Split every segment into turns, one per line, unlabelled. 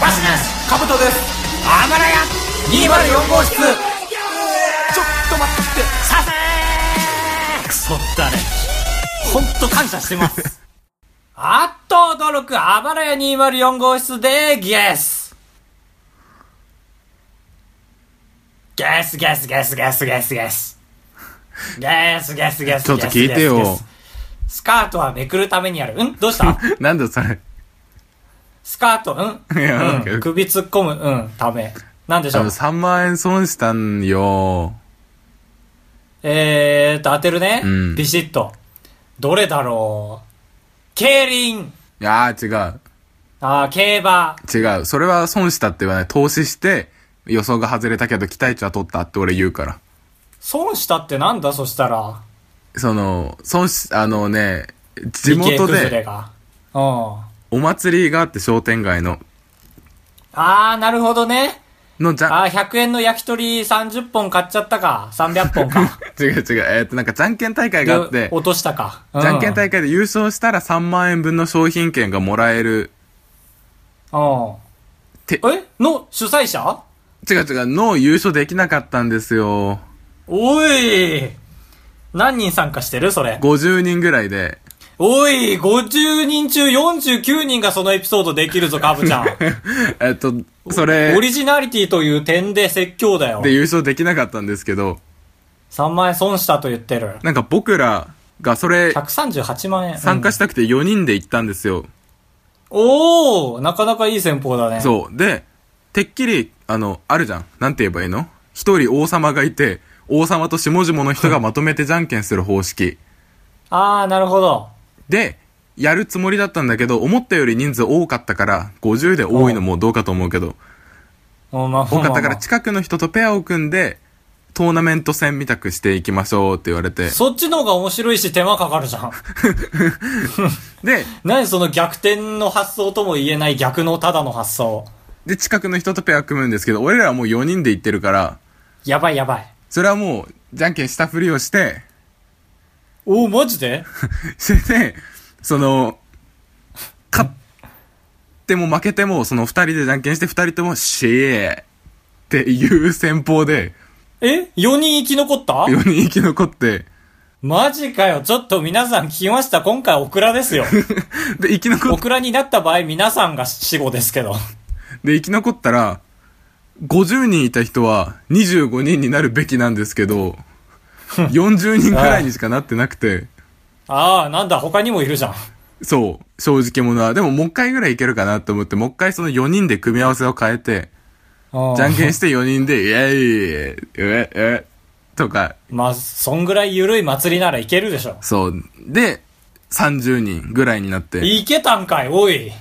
バシナスカブトですあばらや204号室ちょっと待ってさせークソだね本当感謝してますあっと驚くあばらや204号室でゲスゲスゲスゲスゲスゲスゲスゲスゲスゲスゲス
ちょっと聞いてよ
ゲスゲスゲススカートはめくるためにあるうんどうした
なんだそれ。
スカート、うん
いやなん
う
か
ん、首突っ込む、うん、ため。なんでし
あ
ょ
の、
う
3万円損したんよ。
えーっと、当てるね。
うん
ビシッと。どれだろう競輪。
いやー違
あー競馬。
う。違う。それは損したって言わない。投資して、予想が外れたけど、期待値は取ったって俺言うから。
損したってなんだそしたら。
その、損し、あのね、地
理系
元
崩れ
で、
が。うん。あ
お祭りがあって商店街の、
ー、なるほどね。
のじゃ、
あー、100円の焼き鳥30本買っちゃったか。300本 か。
違う違う、えーっと、なんかじゃんけん大会があっ
で
て、
落としたか。う
じゃんけん大会で優勝したら3万円分の商品券がもらえる。
うん。
て
えの主催者
違う違う、の優勝できなかったんですよ。
おい何人参加してるそれ。
50人ぐらいで。
おい、50人中49人がそのエピソードできるぞ、カブちゃん。
えっと、それ
オ、リジナリティという点で説教だよ
で。優勝できなかったんですけど、
3万円損したと言ってる。
なんか僕らがそれ、
138万円。
参加
し、
したくて4人で行ったんですよ。
おおなかなかいい戦法だね。う。
そう。で、てっきり、あの、あるじゃん。なんて言えばいいの一人王様がいて、王様と下々の人がまとめてじゃんけんする方式。
あー、なるほど。
で、やるつもりだったんだけど、思ったより人数多かったから、50で多いのもどうかと思うけど、
おまあ、
多かったか
まあま
ら
あ
近くの人とペアを組んで、トーナメント戦みたくしていきましょうって言われて。
そっちの方が面白いし手間かかるじゃ ん。
で、
何その逆転の発想とも言えない逆のただの発想。
で、近くの人とペア組むんですけど、俺らはもう4人で行ってるから、
やばいやばい。
それはもう、じゃんけんしたふりをして、
おー、マジで
それで、その、勝っても負けても、その2人でじゃんけんして、2人とも、シェーっていう戦法で、
え ?4 人生き残った
4人生き残って、
マジかよ。ちょっと皆さん聞きました。今回オクラですよ。
で、生き残
オ
っ、
クラになった場合皆さんが死後ですけど。
で、生き残ったら、50人いた人は25人になるべきなんですけど、40人ぐらいにしかなってなくて、
ああ、なんだ、他にもいるじゃん。
そう、正直者は。でももう一回ぐらいいけるかなと思って、もう一回その4人で組み合わせを変えて、じゃんけんして4人で、イエーイえ、え、とか、
まあ、そんぐらい緩い祭りならいけるでしょ。
そう。で、30人ぐらいになって、
いけたんかい、おい。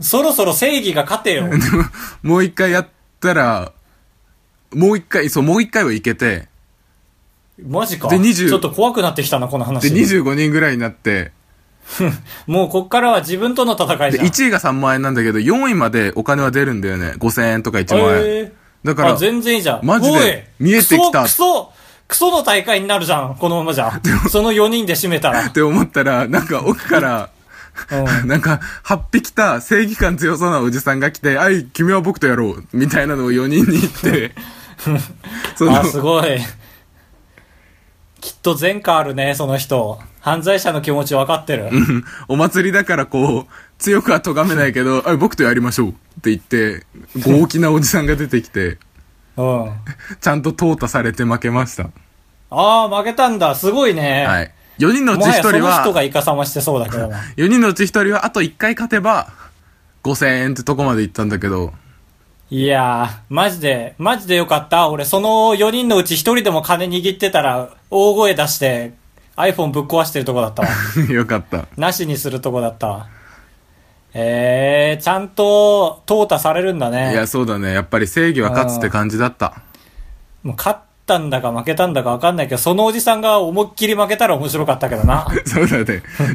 そろそろ正義が勝てよ。
もう一回やったら、もう一回、そう、もう一回はいけて、
マジか。
で20
ちょっと怖くなってきたな、この
で、
話。
25人ぐらいになって、
もうこっからは自分との戦いじ
で、
ゃん。
1位が3万円なんだけど、4位までお金は出るんだよね。5000円とか1万円。
え
だ
ー、
から、
あ、
で
全然いいじゃん。
マジで
おい
見えてきた
クソ、クソ、クソの大会になるじゃん、このままじゃ。その4人で締めた ら。
思ったら、なんか奥から、
うん
なんか、8匹来た正義感強そうなおじさんが来て、あい、君は僕とやろう、みたいなのを4人に言って、 その
あ、、すごい。きっと前科あるね、その人。犯罪者の気持ち分かってる。
うん お祭りだからこう、強くは咎めないけど、あ僕とやりましょうって言って、豪気なおじさんが出てきて、
うん。
ちゃんと淘汰されて負けました。
ああ、負けたんだ。すごいね。
はい。4人のう
も
ち1
はやそ
人
の人
は、
がイカサマしてそうだ けどな。
4人のうち1人は、あと1回勝てば、5000円ってとこまで行ったんだけど、
いやー、マジで、マジでよかった。俺、その4人のうち1人でも金握ってたら、大声出して、iPhone ぶっ壊してるとこだ ったわ。
よかった。
なしにするとこだったわ。えー、ちゃんと、淘汰されるんだね。
いや、そうだね。やっぱり正義は勝つって感じだった。
もう勝ったんだか負けたんだか分かんないけど、そのおじさんが思いっきり負けたら面白かったけどな。
そうだね。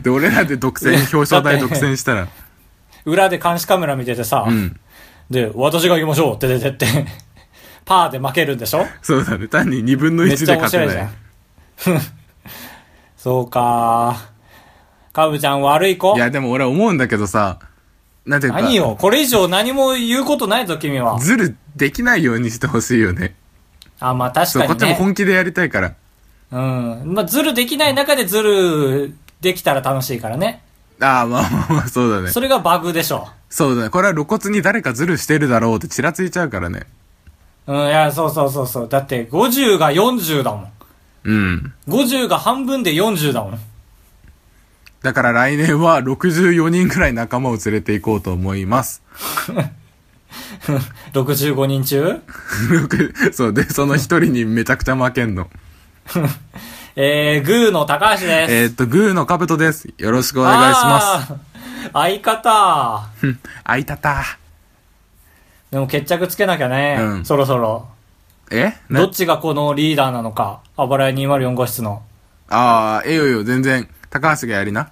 で、俺らで独占、表彰台独占したら、
裏で監視カメラ見ててさ、
うん。
で、私が行きましょうって出てって、 パーで負けるんでしょ
そうだね。単に2分の
めっち
1
ゃ面
で
白
勝て
いじ
な
ゃん
い。。
そうかカブちゃん悪い子
いや、でも俺思うんだけどさ、なんていうか、
何よ、これ以上何も言うことないぞ、君は。
ズルできないようにしてほしいよね。
あ、まあ確
そう、
か
こっ
に
ちも
ね。
本気でやりたいから。
うん。まあ、ズルできない中でズルできたら楽しいからね。
ああ、まあまあまあ、そうだね。
それがバグでしょ。
そうだね。これは露骨に誰かズルしてるだろうってちらついちゃうからね。
うん、いや、そうそうそうそう。だって、50が40だもん。
うん。
50が半分で40だもん。
だから来年は64人くらい仲間を連れて行こうと思います。
65人中
そうで、その一人にめちゃくちゃ負けんの。
えー、グーの高橋です。
えーっと、グーのカブトです。よろしくお願いします。
す。相方。
うん あいたた。
でも決着つけなきゃね。
うん
そろそろ。
え
どっ
ね
ちがこのリーダーなのか。あばらや204号室の。
ああ、ええよよ、全然。高橋がやりな。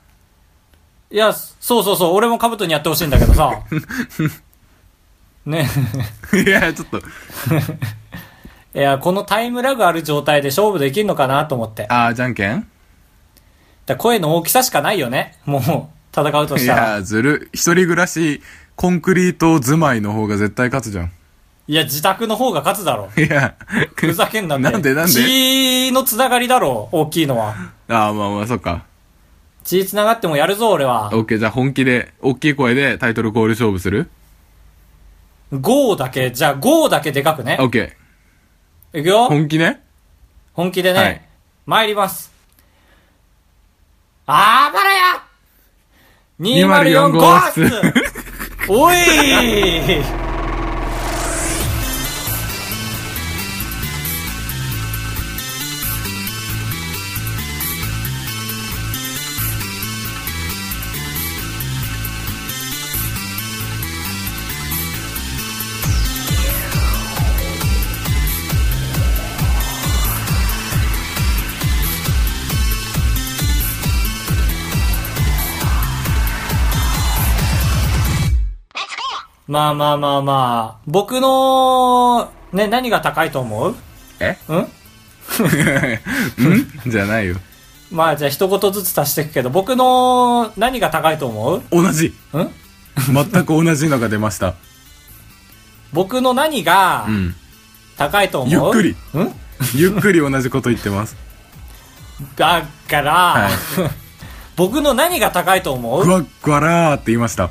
いや、そうそうそう。俺もカブトにやってほしいんだけど さ。ね。
いや、ちょっと。
いや、このタイムラグある状態で勝負できるのかなと思って。
ああ、じゃんけん
だ声の大きさしかないよね。もう、戦うと
い
したら。
や、ずる。一人暮らし、コンクリート住まいの方が絶対勝つじゃん。
いや、自宅の方が勝つだろ。
いや、
ふざけんなって。
なんでなんで
血のつながりだろ、大きいのは。
ああ、まあまあ、そっか。
血つながってもやるぞ、俺は。
オッケー、じゃあ本気で、大きい声でタイトルコール勝負する
5だけ、じゃあ5だけでかくね
オ。ッケ
いく
ー。
よ。
本気ね
本気でね。
はい
参ります。あばらや !204
204
号
号
室
室
おいまあまあまあまあ、僕の、ね、何が高いと思う
え
うん
んじゃないよ。
まあじゃあ一言ずつ足していくけど、僕の何が高いと思う
同じ
ん
全く同じのが出ました。
僕の何が
うん。
高いと思う、
ゆっくり。
ん
ゆっくり同じこと言ってます。
だから、
い
僕の何が高いと思
ぐ
う
わっぐわらーって言いました。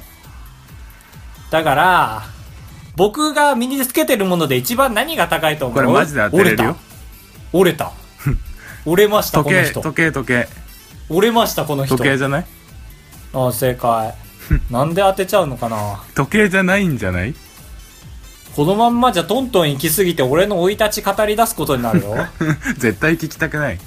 だから、僕が身につけてるもので一番何が高いと思う
これマジで当てれるよ
折れた。 折れた。折れました、
時
この
計、
人。
時計、時計。
折れました、この人。
時計じゃない
ああ、正 解。なんで当てちゃうのかな
時計じゃないんじ ゃない
このまんまじゃトントン行き過ぎて俺の生い立ち語り出すことになる よ。
絶対聞きたくない。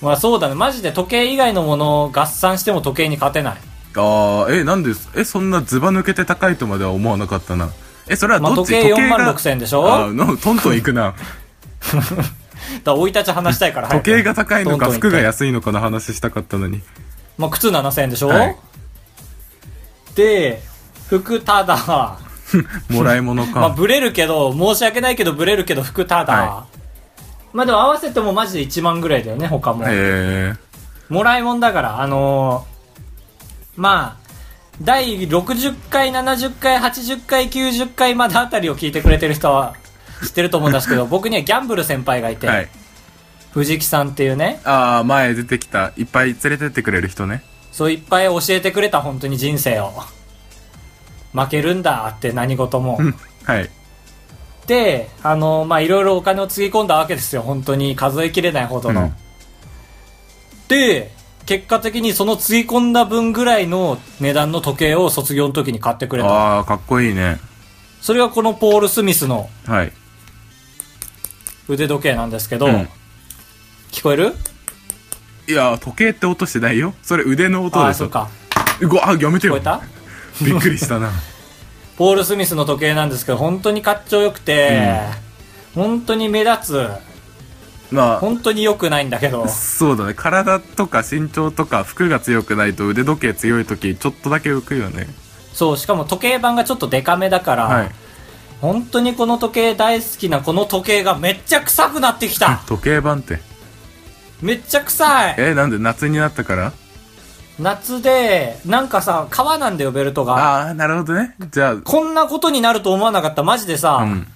まあそうだね。マジで時計以外のものを合算しても時計に勝てない。
ああ、え、なんですえ、そんなズバ抜けて高いとまでは思わなかったな。え、それは
まあ
どっち、
時計4万
が
6000でしょ
あーの、トントン行くな。
だから生い立ち話したいから早
時
く
計が高いのか
トントン行って
服が安いのかの話したかったのに。
まあ、靴7000円でしょ、
はい
で、服ただ、
もらい物か。
まあ、ブレるけど、申し訳ないけど、ブレるけど、服ただ。
は
まあ、でも合わせてもマジで1万ぐらいだよね、他も。
え
もらいもんだから、あのーまあ、第60回、70回、80回、90回まであたりを聞いてくれてる人は知ってると思うんです けど、僕にはギャンブル先輩がい
え
て、
はい。
藤木さんっていうね、
ああ、前出てきた。いっぱい連れてってくれる人ね。
そういっぱい教えてくれた、本当に人生を。負けるんだって何事も。
うん。はい。
で、あの、まあ、いろいろお金をつぎ込んだわけですよ。本当に数えきれないほどの。
うん
で、結果的にそのつぎ込んだ分ぐらいの値段の時計を卒業の時に買ってくれた。
ああ、かっこいいね。
それがこのポール・スミスの
はい。
腕時計なんですけど、
うん
聞こえる
いや、時計って音してないよ。それ腕の音
あ
で
あ、
し
そ
ょ
う。か。
うごあ、やめて
聞こ
よ
え。た
びっくりした な。
ポール・スミスの時計なんですけど、本当にかっちょよくて、本当に目立つ、
まあ、
本当に良くないんだけど、
そうだね。体とか身長とか服が強くないと腕時計強い時、ちょっとだけ浮くよね。
そう、しかも時計盤がちょっとデカめだから、
はい。
本当にこの時計大好きなこの時計がめっちゃ臭くなってきた
時計盤って。
めっちゃ臭い
え、なんで夏になったから
夏で、なんかさ、川なんだよ、ベルトが。
ああ、なるほどね。じゃ
こんなことになると思わなかった、マジでさ。
あ、うん。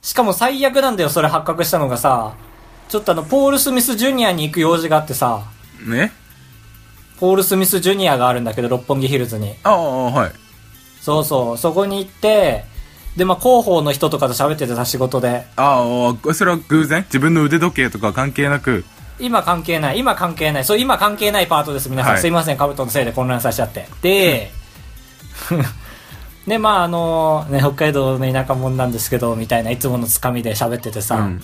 しかも最悪なんだよ、それ発覚したのがさ。ちょっとあの、ポール・スミス・ジュニアに行く用事があってさ、
ね
ポール・スミス・ジュニアがあるんだけど、六本木ヒルズに。
ああ、はい。
そうそう、そこに行って、で、まあ、広報の人とかと喋っててさ、仕事で。
ああ、それは偶然自分の腕時計とか関係なく。
今関係ない、今関係ない、そう、今関係ないパートです、皆さん。
はい
すいません、カブトのせいで混乱させちゃって。 で、で、まあ、あのね、北海道の田舎者なんですけど、みたいな、いつものつかみで喋ってて
う
さ、
ん。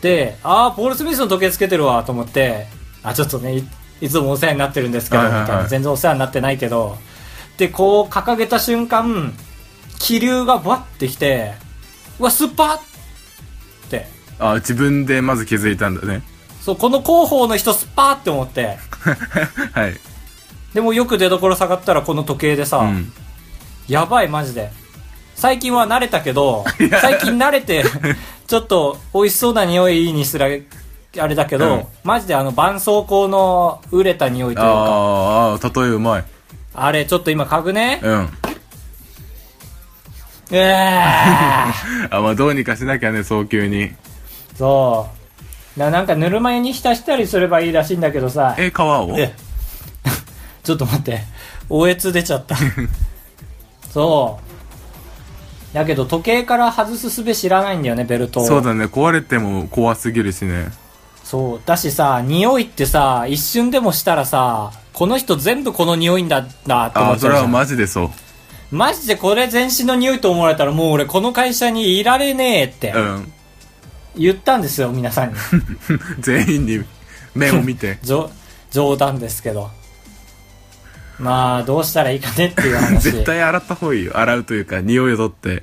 で、ああ、ポール・スミスの時計つけてるわ、と思って、あ、ちょっとね、いいつもお世話になってるんですけど、
は
み
いはいはい
たいな。全然お世話になってないけど、で、こう掲げた瞬間、気流がバッてきて、うわ、スッパって。
ああ、自分でまず気づいたんだね。
そう、この広報の人スッパって思って。
はい。
でもよく出所下がったらこの時計でさ、
うん。
やばいマジで。最近は慣れたけど、最近慣れ て、ちょっと美味しそうな匂いにすら、あれだけど、
うん
マジであの絆創膏の売れた匂いというか、
あーあー、例えうまい。
あれちょっと今嗅ぐね。
うん。
うえ
あ、まあどうにかしなきゃね、早急に。
ーそう。ななんかぬるま湯に浸したりすればいいらしいんだけどさ、
え、皮を
え ちょっと待って、おえつ出ちゃった。 そう。だけど時計から外すすべ知らないんだよね、ベルトを。
そうだね、壊れても怖すぎるしね。
そう。だしさ、匂いってさ、一瞬でもしたらさ、この人全部この匂いんだなって
あ
思
あ、
っち
そ
ゃうじ
れ
ゃ
は
ん。
マジでそう。
マジでこれ全身の匂いと思われたらもう俺この会社にいられねえって
うん。
言ったんですよ、皆さんに。。
全員に目を見て
じょ冗談ですけど。まあ、どうしたらいいかねっていう話。
絶対洗った方がいいよ。洗うというか、匂いを取って。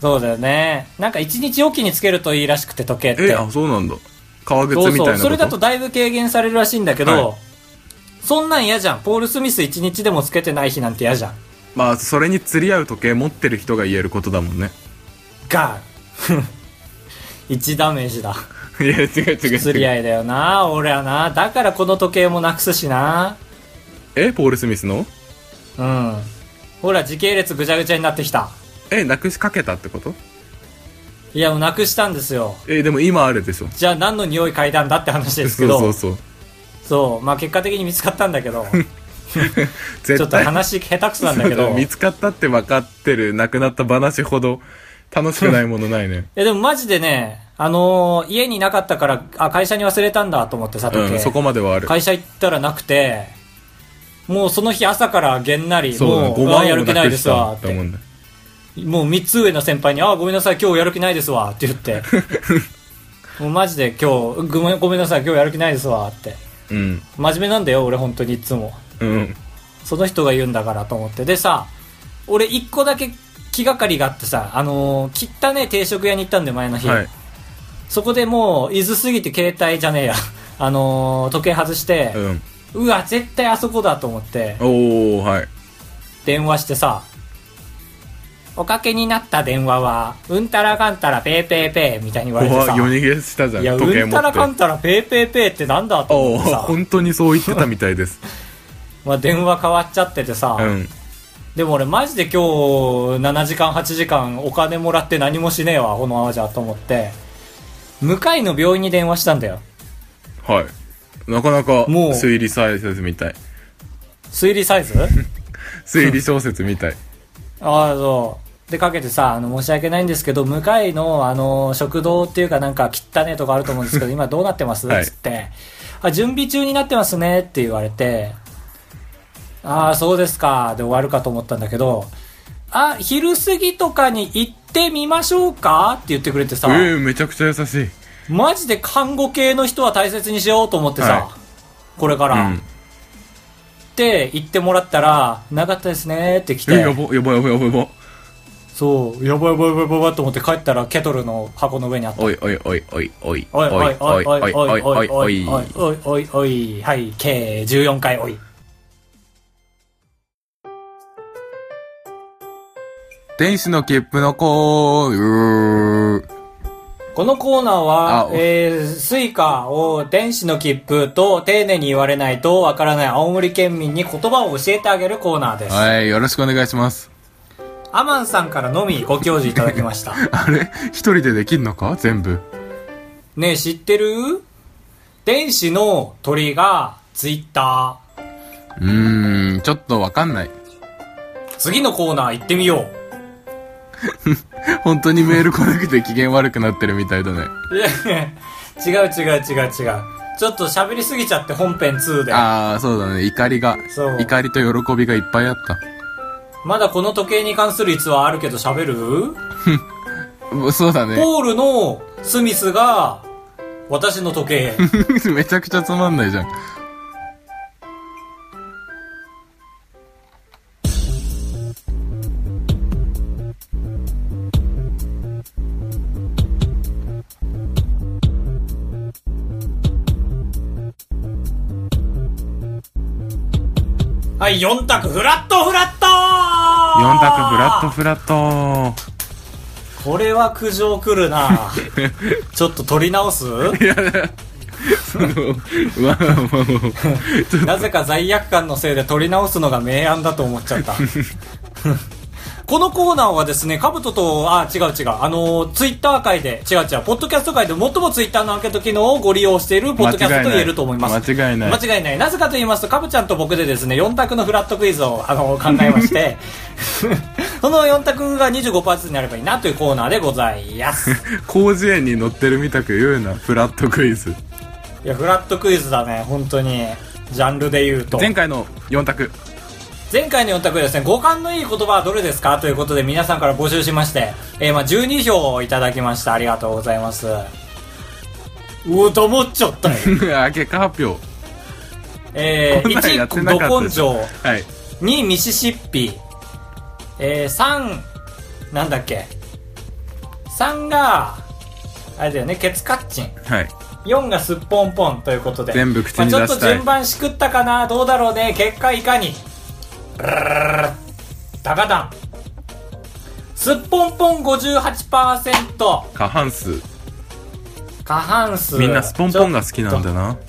そうだよね。なんか一日おきにつけるといいらしくて、時計って。
え、あ、そうなんだ。革靴
そう
み
そ。
たいうなこと
それだとだいぶ軽減されるらしいんだけど、
は
そんなん嫌じゃん。ポール・スミス一日でもつけてない日なんて嫌じゃん。
まあ、それに釣り合う時計持ってる人が言えることだもんね。
ガー 一ダメージだ。
いや、違う違う
釣り
違う。
合いだよな、俺はな。だからこの時計もなくすしな。
え、ポール・スミスの
うん。ほら、時系列ぐちゃぐちゃになってきた。
え、なくしかけたってこと
いや、もうなくしたんですよ。
え、でも今あるでしょ。
じゃあ何の匂い嗅いだんだって話です
そ
け
う
ど。
そうそう。
そうまあ結果的に見つかったんだ けど、ちょ
絶
っと
対。
話下手くそなんだけど。
見つかったって分かってる、亡くなった話ほど楽しくないものないね。
え、でもマジでね、あのー家になかったから、あ、会社に忘れたんだと思ってさ、時計。
うん、そこまではある。
会社行ったらなくて、もうその日朝からげんなり、
そうだね、
もう、
5
あ
万
やる
円
気
も
な
ないく
で
し
すわっ
たってて。もんね。
もう三つ上の先輩に、あ、ごめんなさい、今日やる気ないですわって言 って。もうマジで今日、ごめん、ごめんなさい、今日やる気ないですわって。
うん。
真面目なんだよ、俺本当にいつも。
うん。
その人が言うんだからと思って。でさ、俺一個だけ気がかりがあってさ、あのー、切ったね定食屋に行ったんで、前の日。
はい。
そこでもう、伊豆すぎて携帯じゃねえや。 あのー、時計外して、
うん。
うわ、絶対あそこだと思って、
おー、はい。
電話してさ、おかけになった電話は、うんたらかんたらペーペーペーみたいに言わ
こ
れ
こ
てさ、
は夜逃げしたじゃん、
いや、
時計
うん
持
た
っ
ら
て
か。んたらペーペーペーってなんだと
お
思って
ー、
さ、
本当にそう言ってたみたいです。
まあ、電話変わっちゃっててさ、
うん。
でも俺マジで今日7時間8時間お金もらって何もしねえわ、このままじゃと思って、向かいの病院に電話したんだよ。
はい。なかなか、
もう
推理小説みたい。
推理サイズ
推理小説みたい。
ああ、そう。で、かけてさ、あの、申し訳ないんですけど、向かいの、あの、食堂っていうかなんか、汚ねえとかあると思うんですけど、今どうなってます、
はい
つって。あ、準備中になってますねって言われて、ああ、そうですか、で終わるかと思ったんだけど、あ、昼過ぎとかに行ってみましょうかって言ってくれてさ、
ええめちゃくちゃ優しい。
マジで看護系の人は大切にしようと思ってさ、
はい
これから、
うん
って言ってもらったら、なかったですねって来て、
え、やば、やば、やば、やば、やば。
そう、やばいやばいやばいやばいやばいと思って帰ったらケトルの箱の上にあった。
おいおいおいおいおい。
おいおいおいおいおいおいおいおい
お
おい
い。
おいおいおいはい、計14回おい。
天使の切符の子うー
このコーナー
あ
は、えー、スイカを電子の切符と丁寧に言われないとわからない青森県民に言葉を教えてあげるコーナーです。
はい、よろしくお願いします。
アマンさんからのみご教示いただきま した。
あれ一人でできんのか全部。
ねえ、知ってる電子の鳥がツイッター。
うーん、ちょっとわかんない。
次のコーナー行ってみよう。
本当にメール来なくて機嫌悪くなってるみたいだね。
いや違う違う違う違う。ちょっと喋りすぎちゃって本編2で。
ああ、そうだね。怒りが
そう、
怒りと喜びがいっぱいあった。
まだこの時計に関する逸話あるけど喋る
うそうだね。
ポールのスミスが私の時 計。
めちゃくちゃつまんないじゃん。
はい、4択フラットフラット
4択フラットフラット
これは苦情来るなちょっと取り直す
その、まあまあまあ
なぜか罪悪感のせいで取り直すのが明暗だと思っち ゃった。このコーナーはですね、カブトと、あ、違う違う、あのツイッター界で、違う違う、ポッドキャスト界で最もツイッターのアンケート機能をご利用しているポッドキャストと言えると思います。
間違いない間
間違
違いない
いない。なぜかと言いますと、カブちゃんと僕でですね、4択のフラットクイズを、あの考えまして、 その4択が25%ずつになればいいなというコーナーでござい ます。
広辞苑に載ってるみたく言うな、フラットクイズ。
いや、フラットクイズだね、本当に。ジャンルで言うと。
前回の4択。
前回の4択でですね、五感のいい言葉はどれですかということで皆さんから募集しまして、えー、まあ12票をいただきました。ありがとうございます。うお、黙っちゃったよ。
あ、結果発表。
え
こんなんや
ー、
って
1、
なかった
ど
で
根
しょ
性。
はい。
2、ミシシッピ。えー、3、なんだっけ。3が、あれだよね、ケツカッチン。
はい。
4がすっぽんぽんということで。
全部口に
まあ
出
ちょ
し
ったと
い
順番しくったかなどうだろうね結果いかにブルルルルルルダカダン。すっぽんぽん58%。
過半数。
過半数。
みんなスポンポンが好きなんだ
ちょっ
な。
と。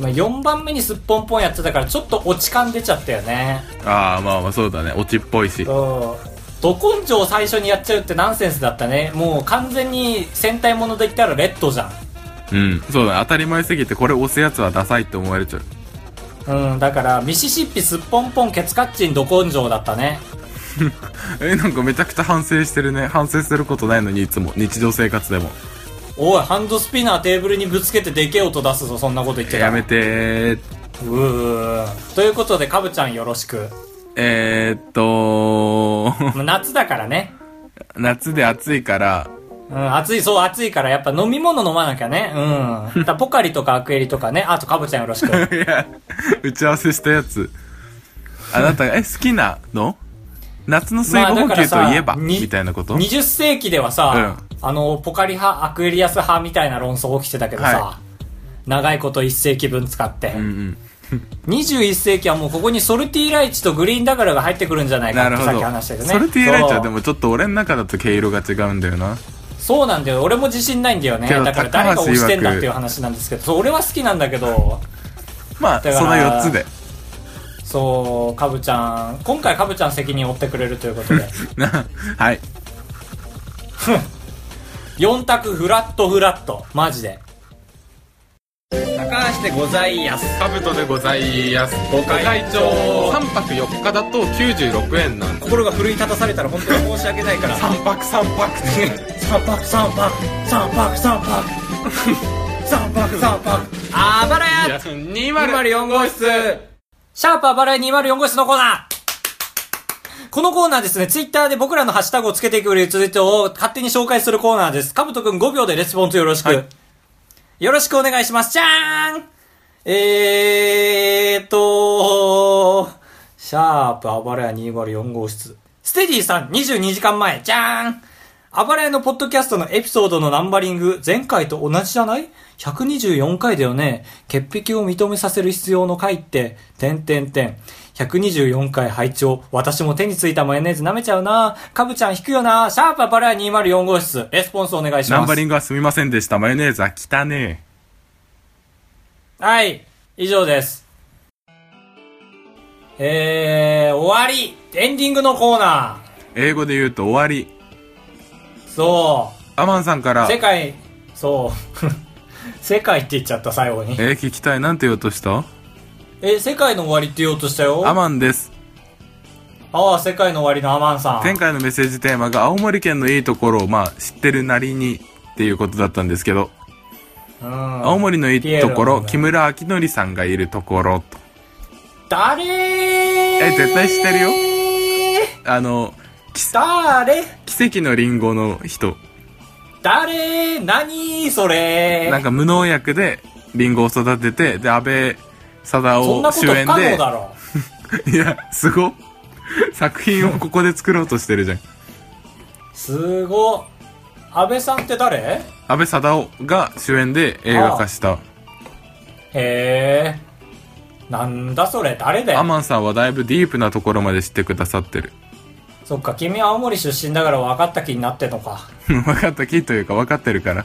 まあ、4番目にすっぽんぽんやってたから、ちょっと落ち感出ちゃったよね。
ああ、まあまあそうだね。オチっぽいし。
そう。ど根性を最初にやっちゃうってナンセンスだったね。もう完全に戦隊もので言ったらレッドじゃん。
うん。そうだね。当たり前すぎてこれ押すやつはダサいって思われちゃう。
うん、だから、ミシシッピすっぽんぽんケツカッチンど根性だったね。
え、なんかめちゃくちゃ反省してるね。反省することないのにいつも。日常生活でも。
おいハンドスピナーテーブルにぶつけてでけえ音出すぞそんなこと言ってたら
やめてー。
うーということでカブちゃんよろしく
えー、っとー、
まあ夏だからね
夏で暑いから、
うん、暑い、そう、暑いから、やっぱ飲み物飲まなきゃね。 うん。だからポカリとかアクエリとかね。あと、カブちゃんよろしく。
いや、打ち合わせしたやつ。あなた、え、好きなの夏 の水
まあ
分補給といえば、
に
みたいなこと
20世紀ではさ、あの、ポカリ派、アクエリアス派みたいな論争起きてたけどさ、
は
長いこと1世紀分使って、
うんうん。
21世紀はもうここにソルティーライチとグリーンダガラが入ってくるんじゃないか
な
っ
る
て
ほ
さっ
ど。
き話したけどね。
ソルティーライチ
そ
は
う
でもちょっと俺の中だと毛色が違うんだよな。
そうなんだよ俺も自信ないんだよね
けど
だから誰が押してんだっていう話なんですけどそう俺は好きなんだけど
まあ、そ
だから
の4つで。
そうかぶちゃん今回かぶちゃん責任負ってくれるということ で
な、はい。
4択フラットフラットマジで高橋でございやす
カブトでございます。
ご会長
3泊4日だと96円なんで
心が奮い立たされたら本当に申し訳ないから
3泊3泊って。
三泊三泊三泊三泊三泊三泊あばらや
204号室
シャープあばらい204号室のコーナーこのコーナーですね、ツイッターで僕らのハッシュタグをつけていくツイートを勝手に紹介するコーナーです。かぶとくん5秒でレスポンスよろしく。
はい
よろしくお願いします。じゃーんえーっと、シャープあばらや204号室。ステディさん22時間前、じゃーんあばらやのポッドキャストのエピソードのナンバリング、前回と同じじゃない ?124 回だよね。潔癖を認めさせる必要の回って、点点点。 124回拝聴。私も手についたマヨネーズ舐めちゃうな。カブちゃん引くよな。シャープバラヤ204号室。レスポンスお願いします。
ナンバリングはすみませんでした。マヨネーズは汚ね
はい。以上です。えー、終わりエンディングのコーナ
え。英語で言うと終わり。
ーそ
アマンさんから
う。、世界、そう。 世界って言っちゃった、最後に。
えー、聞きたい。なんて言おうとした
え、世界の終わりって言おうとしたよ。
アマンです。
ああ、世界の終わりのアマンさ
前
ん。
回のメッセージテーマが青森県のいいところを、まあ、知ってるなりにっていうことだったんですけど、
うん
青森のいいところ、木
ピエロ
村明則さんがいるところと。
誰え
え絶対知ってるよあの、
誰
奇跡のリンゴの人。
誰何それ
なんか無農薬でリンゴを育てて、で、安倍貞
そんな
夫
こ
主
と不
演
可能
で、
だろ。
いや、すごっ。作品をここで作ろうとしてるじゃん。
すごっ。安倍さんって誰
安倍貞夫が主演で映画化した。
へえ。なんだそれ、誰だ
ア
よ。
マンさんはだいぶディープなところまで知ってくださってる。
そっか、君青森出身だから分かった気になってんのか。
分かったきというか分かってるから。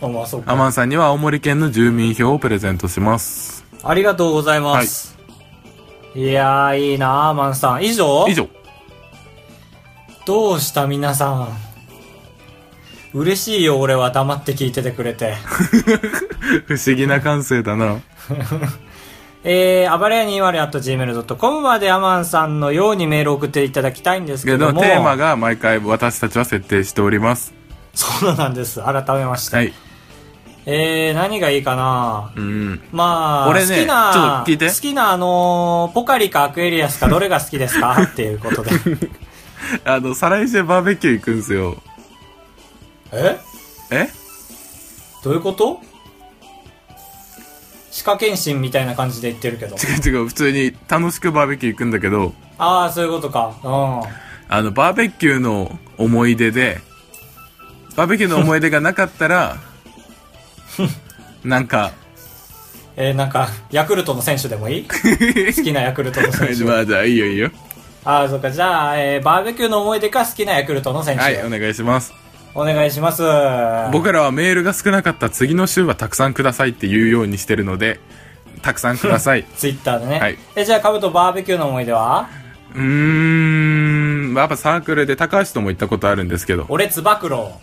お前そっか
アマンさんには青森県の住民票をプレゼントします。
ありがとうございます。い、やー、いいなあアーマンさん。以上
以。上。
どうした皆さん。嬉しいよ、俺は黙って聞いててくれ て。
不思議な感性だな。
えー、暴れや2割.gmail.com までアマンさんのようにメールを送っていただきたいんですけ
け
ど
ど、
も。
テーマが毎回私たちは設定しております。
そうなんです。改めまして。
はい。
えー、何がいいかな
うん。
まあ、
俺ね
好きな、
ちょっと聞いて
好きな、あのーポカリかアクエリアスかどれが好きですかっていう ことで。
あの、再来週バーベキュー行くんすよ。
え
え
どういうこと歯科検診みたいな感じで言ってるけど。
違う違う、普通に楽しくバーベキュー行くんだけど、
ああ、そういうことか。う
あの、バーベキューの思い出で、バーベキューの思い出がなかったら、 なん か、
ん。えー、なんか、ヤクルトの選手で もいい好きなヤクルトの選手。
まあじゃあいいよいいよ。
ああ、そうか。じゃあ、えー、バーベキューの思い出か好きなヤクルトの選手。
はい、お願いします。
お願いします。
僕らはメールが少なかった次の週はたくさんくださいって言うようにしてるので、たくさんくださ い。
ツイッターでね。
はい
え、じゃあ、カブとバーベキューの思い出は
うーん、やっぱサークルで高橋とも行ったことあるんですけど、
俺、つば九郎。